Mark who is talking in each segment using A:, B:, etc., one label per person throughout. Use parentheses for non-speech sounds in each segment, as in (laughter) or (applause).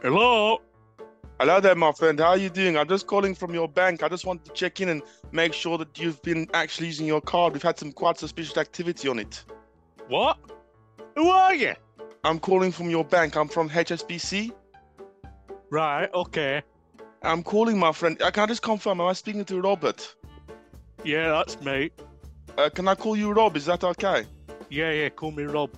A: Hello. Hello there, my friend. How are you doing? I'm just calling from your bank. I just wanted to check in and make sure that you've been actually using your card. We've had some quite suspicious activity on it.
B: What? Who are you?
A: I'm calling from your bank. I'm from HSBC.
B: Right, okay.
A: I'm calling, my friend. Uh, Can I just confirm? Am I speaking to Robert?
B: Yeah, that's me.
A: Uh, can I call you Rob? Is that okay?
B: Yeah, yeah, call me Rob.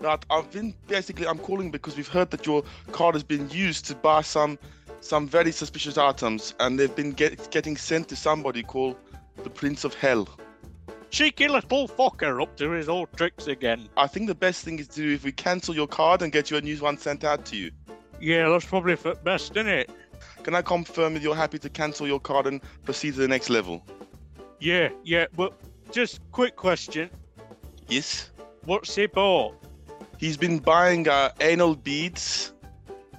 A: Right. I've been basically. I'm calling because we've heard that your card has been used to buy some some very suspicious items, and they've been get, getting sent to somebody called the Prince of Hell.
B: Cheeky little fucker up to his old tricks again.
A: I think the best thing is to do if we cancel your card and get you a new one sent out to you.
B: Yeah, that's probably for best, isn't it?
A: Can I confirm that you're happy to cancel your card and proceed to the next level?
B: Yeah, yeah, but just quick question.
A: Yes.
B: What's he bought?
A: He's been buying uh, anal beads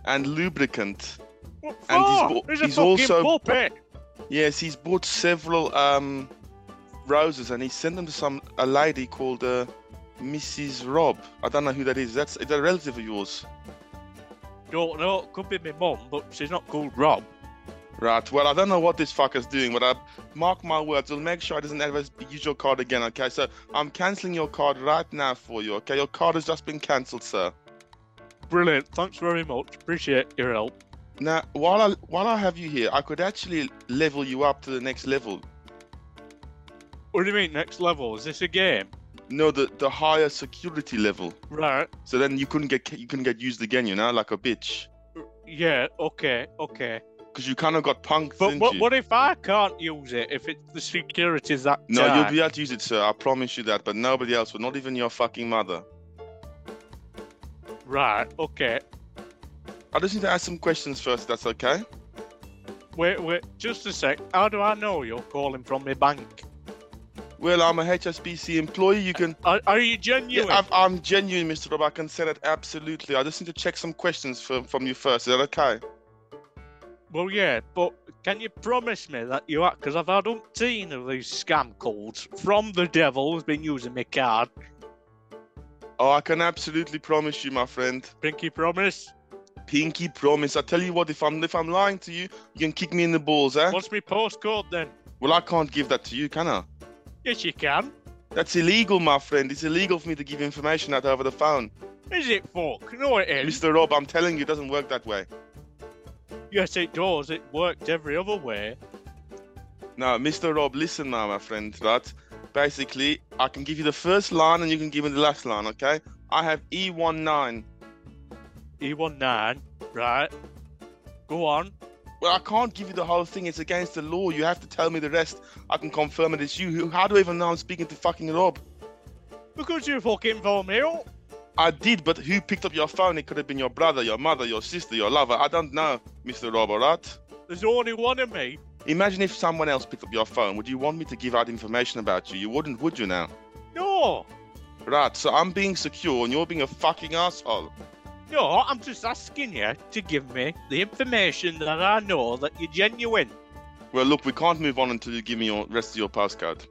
A: and lubricant.
B: What for?
A: And he's wa-
B: he's, a
A: he's
B: fucking
A: also-
B: puppet.
A: Yes, he's bought several um, roses and he sent them to some a lady called uh, Mrs. Rob. I don't know who that is. That's is that a relative of yours?
B: Don't know, it could be my mum, but she's not called Rob.
A: Right. Well, I don't know what this fucker's doing, but I mark my words. We'll make sure it doesn't ever use your card again. Okay. So I'm cancelling your card right now for you. Okay. Your card has just been cancelled, sir.
B: Brilliant, thanks very much. Appreciate your help.
A: Now, while I while I have you here, I could actually level you up to the next level.
B: What do you mean, next level? Is this a game?
A: No, the the higher security level.
B: Right.
A: So then you couldn't get you couldn't get used again, you know, like a bitch,
B: Yeah, okay, okay.
A: because you kind of got punked,
B: But
A: didn't
B: what,
A: you?
B: what if I can't use it? If it's the security's that
A: no,
B: tight?
A: you'll be able to use it, sir. I promise you that. But nobody else, will, not even your fucking mother.
B: Right, okay.
A: I just need to ask some questions first. if That's okay.
B: Wait, wait, just a sec. How do I know you're calling from my bank?
A: Well, I'm a HSBC employee. You can.
B: Are, are you genuine?
A: Yeah, I've, I'm genuine, Mr. Rob. I can say that absolutely. I just need to check some questions from from you first. Is that okay?
B: Well, yeah, but can you promise me that you are? Because I've had umpteen of these scam calls from the devil who's been using my card.
A: Oh, I can absolutely promise you, my friend.
B: Pinky promise.
A: Pinky promise. I tell you what, if I'm if I'm lying to you, you can kick me in the balls, eh?
B: What's my postcode then?
A: Well, I can't give that to you, can I?
B: Yes, you can.
A: That's illegal, my friend. It's illegal for me to give information out over the phone.
B: Is it fuck? No, it
A: (laughs)
B: is.
A: Mr. Rob, I'm telling you, it doesn't work that way.
B: Yes, it does. It worked every other way.
A: Now, Mr. Rob, listen now, my friend. That basically, I can give you the first line and you can give me the last line, okay? I have E E19.
B: E19, E right? Go on.
A: Well, I can't give you the whole thing. It's against the law. You have to tell me the rest. I can confirm it is you. Who- How do I even know I'm speaking to fucking Rob?
B: Because you fucking phone me up.
A: I did, but who picked up your phone? It could have been your brother, your mother, your sister, your lover. I don't know, Mr. Rob, alright?
B: There's only one of me.
A: Imagine if someone else picked up your phone. Would you want me to give out information about you? You wouldn't, would you now?
B: No.
A: Right, so I'm being secure and you're being a fucking asshole.
B: No, I'm just asking you to give me the information that I know that you're genuine.
A: Well, look, we can't move on until you give me your rest of your postcode.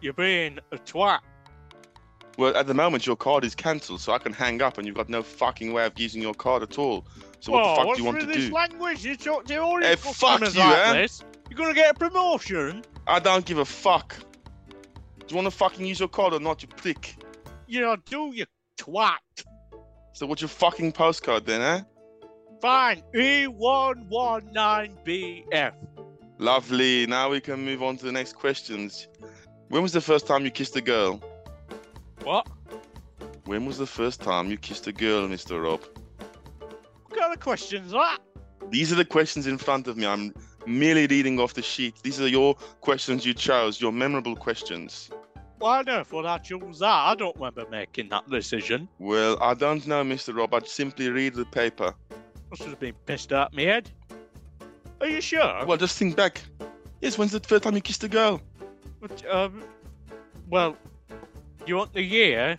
B: You're being a twat.
A: Well, at the moment, your card is cancelled, so I can hang up and you've got no fucking way of using your card at all. So
B: Whoa,
A: what the fuck
B: Oh, what's
A: do you want to
B: with this
A: do?
B: language? You talk to all your
A: Hey, fuck
B: customers
A: you,
B: like
A: eh?
B: this. You're gonna get a promotion.
A: I don't give a fuck. Do you want to fucking use your card or not, you prick?
B: You know, do you twat?
A: So what's your fucking postcode then, eh?
B: Fine. E E119BF.
A: Lovely. Now we can move on to the next questions. When was the first time you kissed a girl?
B: What?
A: When was the first time you kissed a girl, Mr. Rob?
B: What kind of question's that?
A: These are the questions in front of me. I'm merely reading off the sheet. These are your questions you chose, your memorable questions.
B: Why on earth would I choose that? I don't remember making that decision.
A: Well, I don't know, Mr. Rob. I'd simply read the paper.
B: Must have been pissed out my head. Are you sure?
A: Well, just think back. Yes, when's the first time you kissed a girl?
B: But, um, well, you want the year?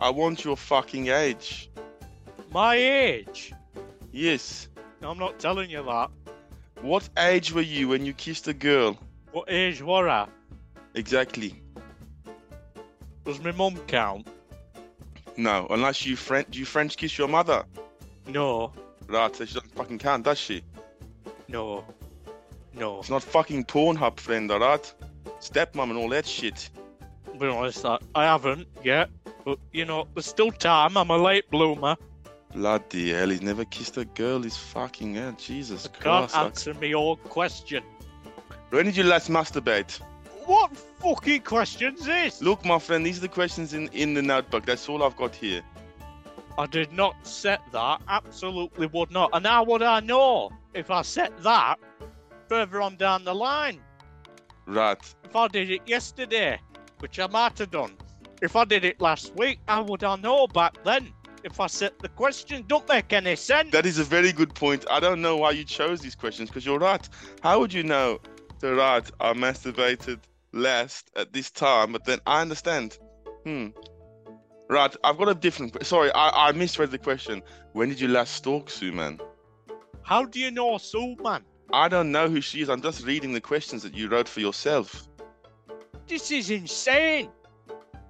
A: I want your fucking age.
B: My age?
A: Yes.
B: No, I'm not telling you that.
A: What age were you when you kissed a girl?
B: What age were I?
A: Exactly.
B: Does my mum count?
A: No, unless you French, you French kiss your mother.
B: No,
A: Right, so she doesn't fucking count, does she?
B: no, no.
A: It's not fucking Pornhub, friend, alright? Stepmom and all that shit.
B: Be honest, I, I haven't yet. But you know, there's still time. I'm a late bloomer.
A: Bloody hell, he's never kissed a girl. He's fucking hell, Jesus
B: Can't
A: Christ. like-
B: answer me all question.
A: When did you last masturbate?
B: What fucking question's this?
A: Look, my friend, these are the questions in, in the notebook. That's all I've got here.
B: I did not set that. Absolutely would not. And how would I know if I set that further on down the line?
A: Right.
B: If I did it yesterday, which I might have done. If I did it last week, how would I know back then? If I set the question, don't make any sense.
A: That is a very good point. I don't know why you chose these questions because you're right. How would you know? So, right, I masturbated last at this time, but then I understand. Hmm. Right, I've got a different. que- Sorry, I, I misread the question. When did you last stalk Sue, man?
B: How do you know, Sue, man?
A: I don't know who she is. I'm just reading the questions that you wrote for yourself.
B: This is insane.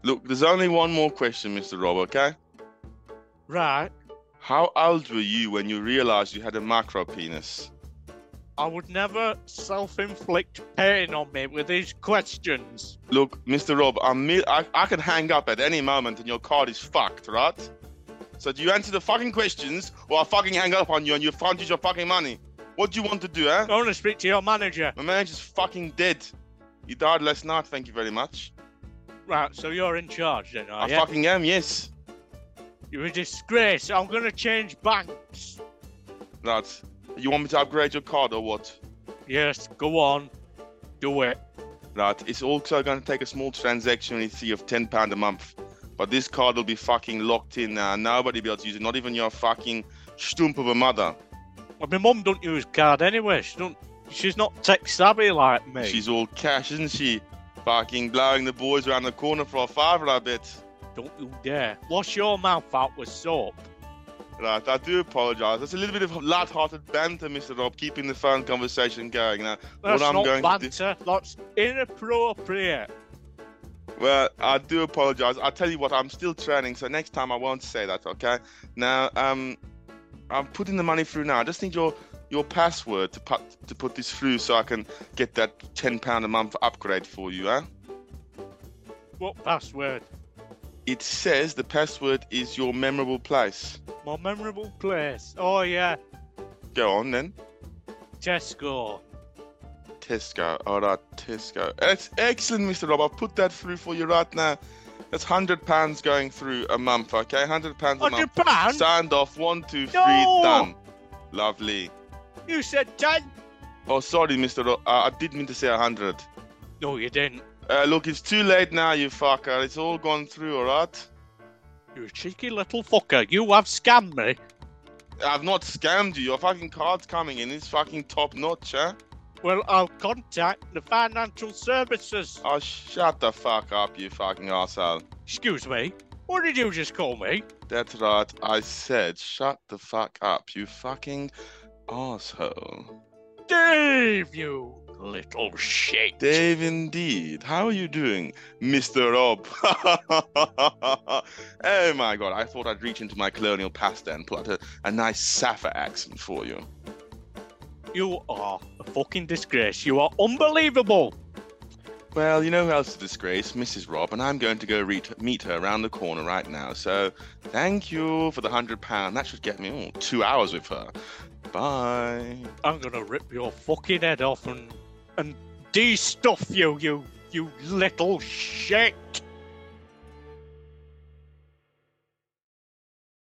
A: Look, there's only one more question, Mr. Rob, okay?
B: Right.
A: How old were you when you realized you had a micro penis?
B: I would never self inflict pain on me with these questions.
A: Look, Mr. Rob, I'm mi- I, I can hang up at any moment and your card is fucked, right? So do you answer the fucking questions or I fucking hang up on you and you front your fucking money? What do you want to do, eh?
B: I want to speak to your manager.
A: My manager's fucking dead. He died last night, thank you very much.
B: Right, so you're in charge then, are
A: I
B: you?
A: fucking am, yes.
B: You're a disgrace. I'm going to change banks.
A: Right. You want me to upgrade your card or what?
B: Yes, go on. Do it.
A: Right. It's also going to take a small transaction fee of ten pound a month, but this card will be fucking locked in now. Nobody will be able to use it. Not even your fucking stump of a mother.
B: Well, my mum don't use card anyway. She don't. She's not tech savvy like me.
A: She's all cash, isn't she? Fucking blowing the boys around the corner for a fiver, I bet.
B: Don't you dare. Wash your mouth out with soap.
A: Right, I do apologise. That's a little bit of light-hearted banter, Mr. Rob, keeping the phone conversation going. Now,
B: That's
A: what I'm
B: not
A: going to do-
B: banter. That's inappropriate.
A: Well, I do apologize. I tell you what, I'm still training, so next time I won't say that, okay? Now, um, I'm putting the money through now. I just need your your password to put to put this through, so I can get that ten pound a month upgrade for you, eh?
B: What password?
A: It says the password is your memorable place.
B: My memorable place. Oh yeah,
A: Go on then,
B: Tesco.
A: Tesco. All right, Tesco. That's excellent, Mr. Rob. I'll put that through for you right now. That's hundred pounds going through a month, okay? Hundred pounds a month.
B: Hundred pound?
A: Signed off. One, two, three,
B: No!
A: done. Lovely.
B: You said ten?
A: Oh, sorry, Mr. Ro- uh, I did mean to say 100.
B: No, you didn't.
A: Uh, look, it's too late now, you fucker. It's all gone through, alright?
B: You cheeky little fucker. You have scammed me.
A: I've not scammed you. Your fucking card's coming in. It's fucking top notch, eh?
B: Well, I'll contact the financial services.
A: Oh, shut the fuck up, you fucking asshole.
B: Excuse me. What did you just call me?
A: That's right. I said, shut the fuck up, you fucking asshole.
B: Dave, you little shit.
A: Dave, indeed. How are you doing, Mr. Rob? (laughs) oh my god, I thought I'd reach into my colonial pasta and pull out a, a nice Sappho accent for you.
B: You are a fucking disgrace. You are unbelievable.
A: Well, you know who else is a disgrace? Mrs. Rob, and I'm going to go re- meet her around the corner right now. So, thank you for the hundred pound. That should get me oh, two hours with her. Bye.
B: I'm gonna rip your fucking head off and and de-stuff you, you, you little shit.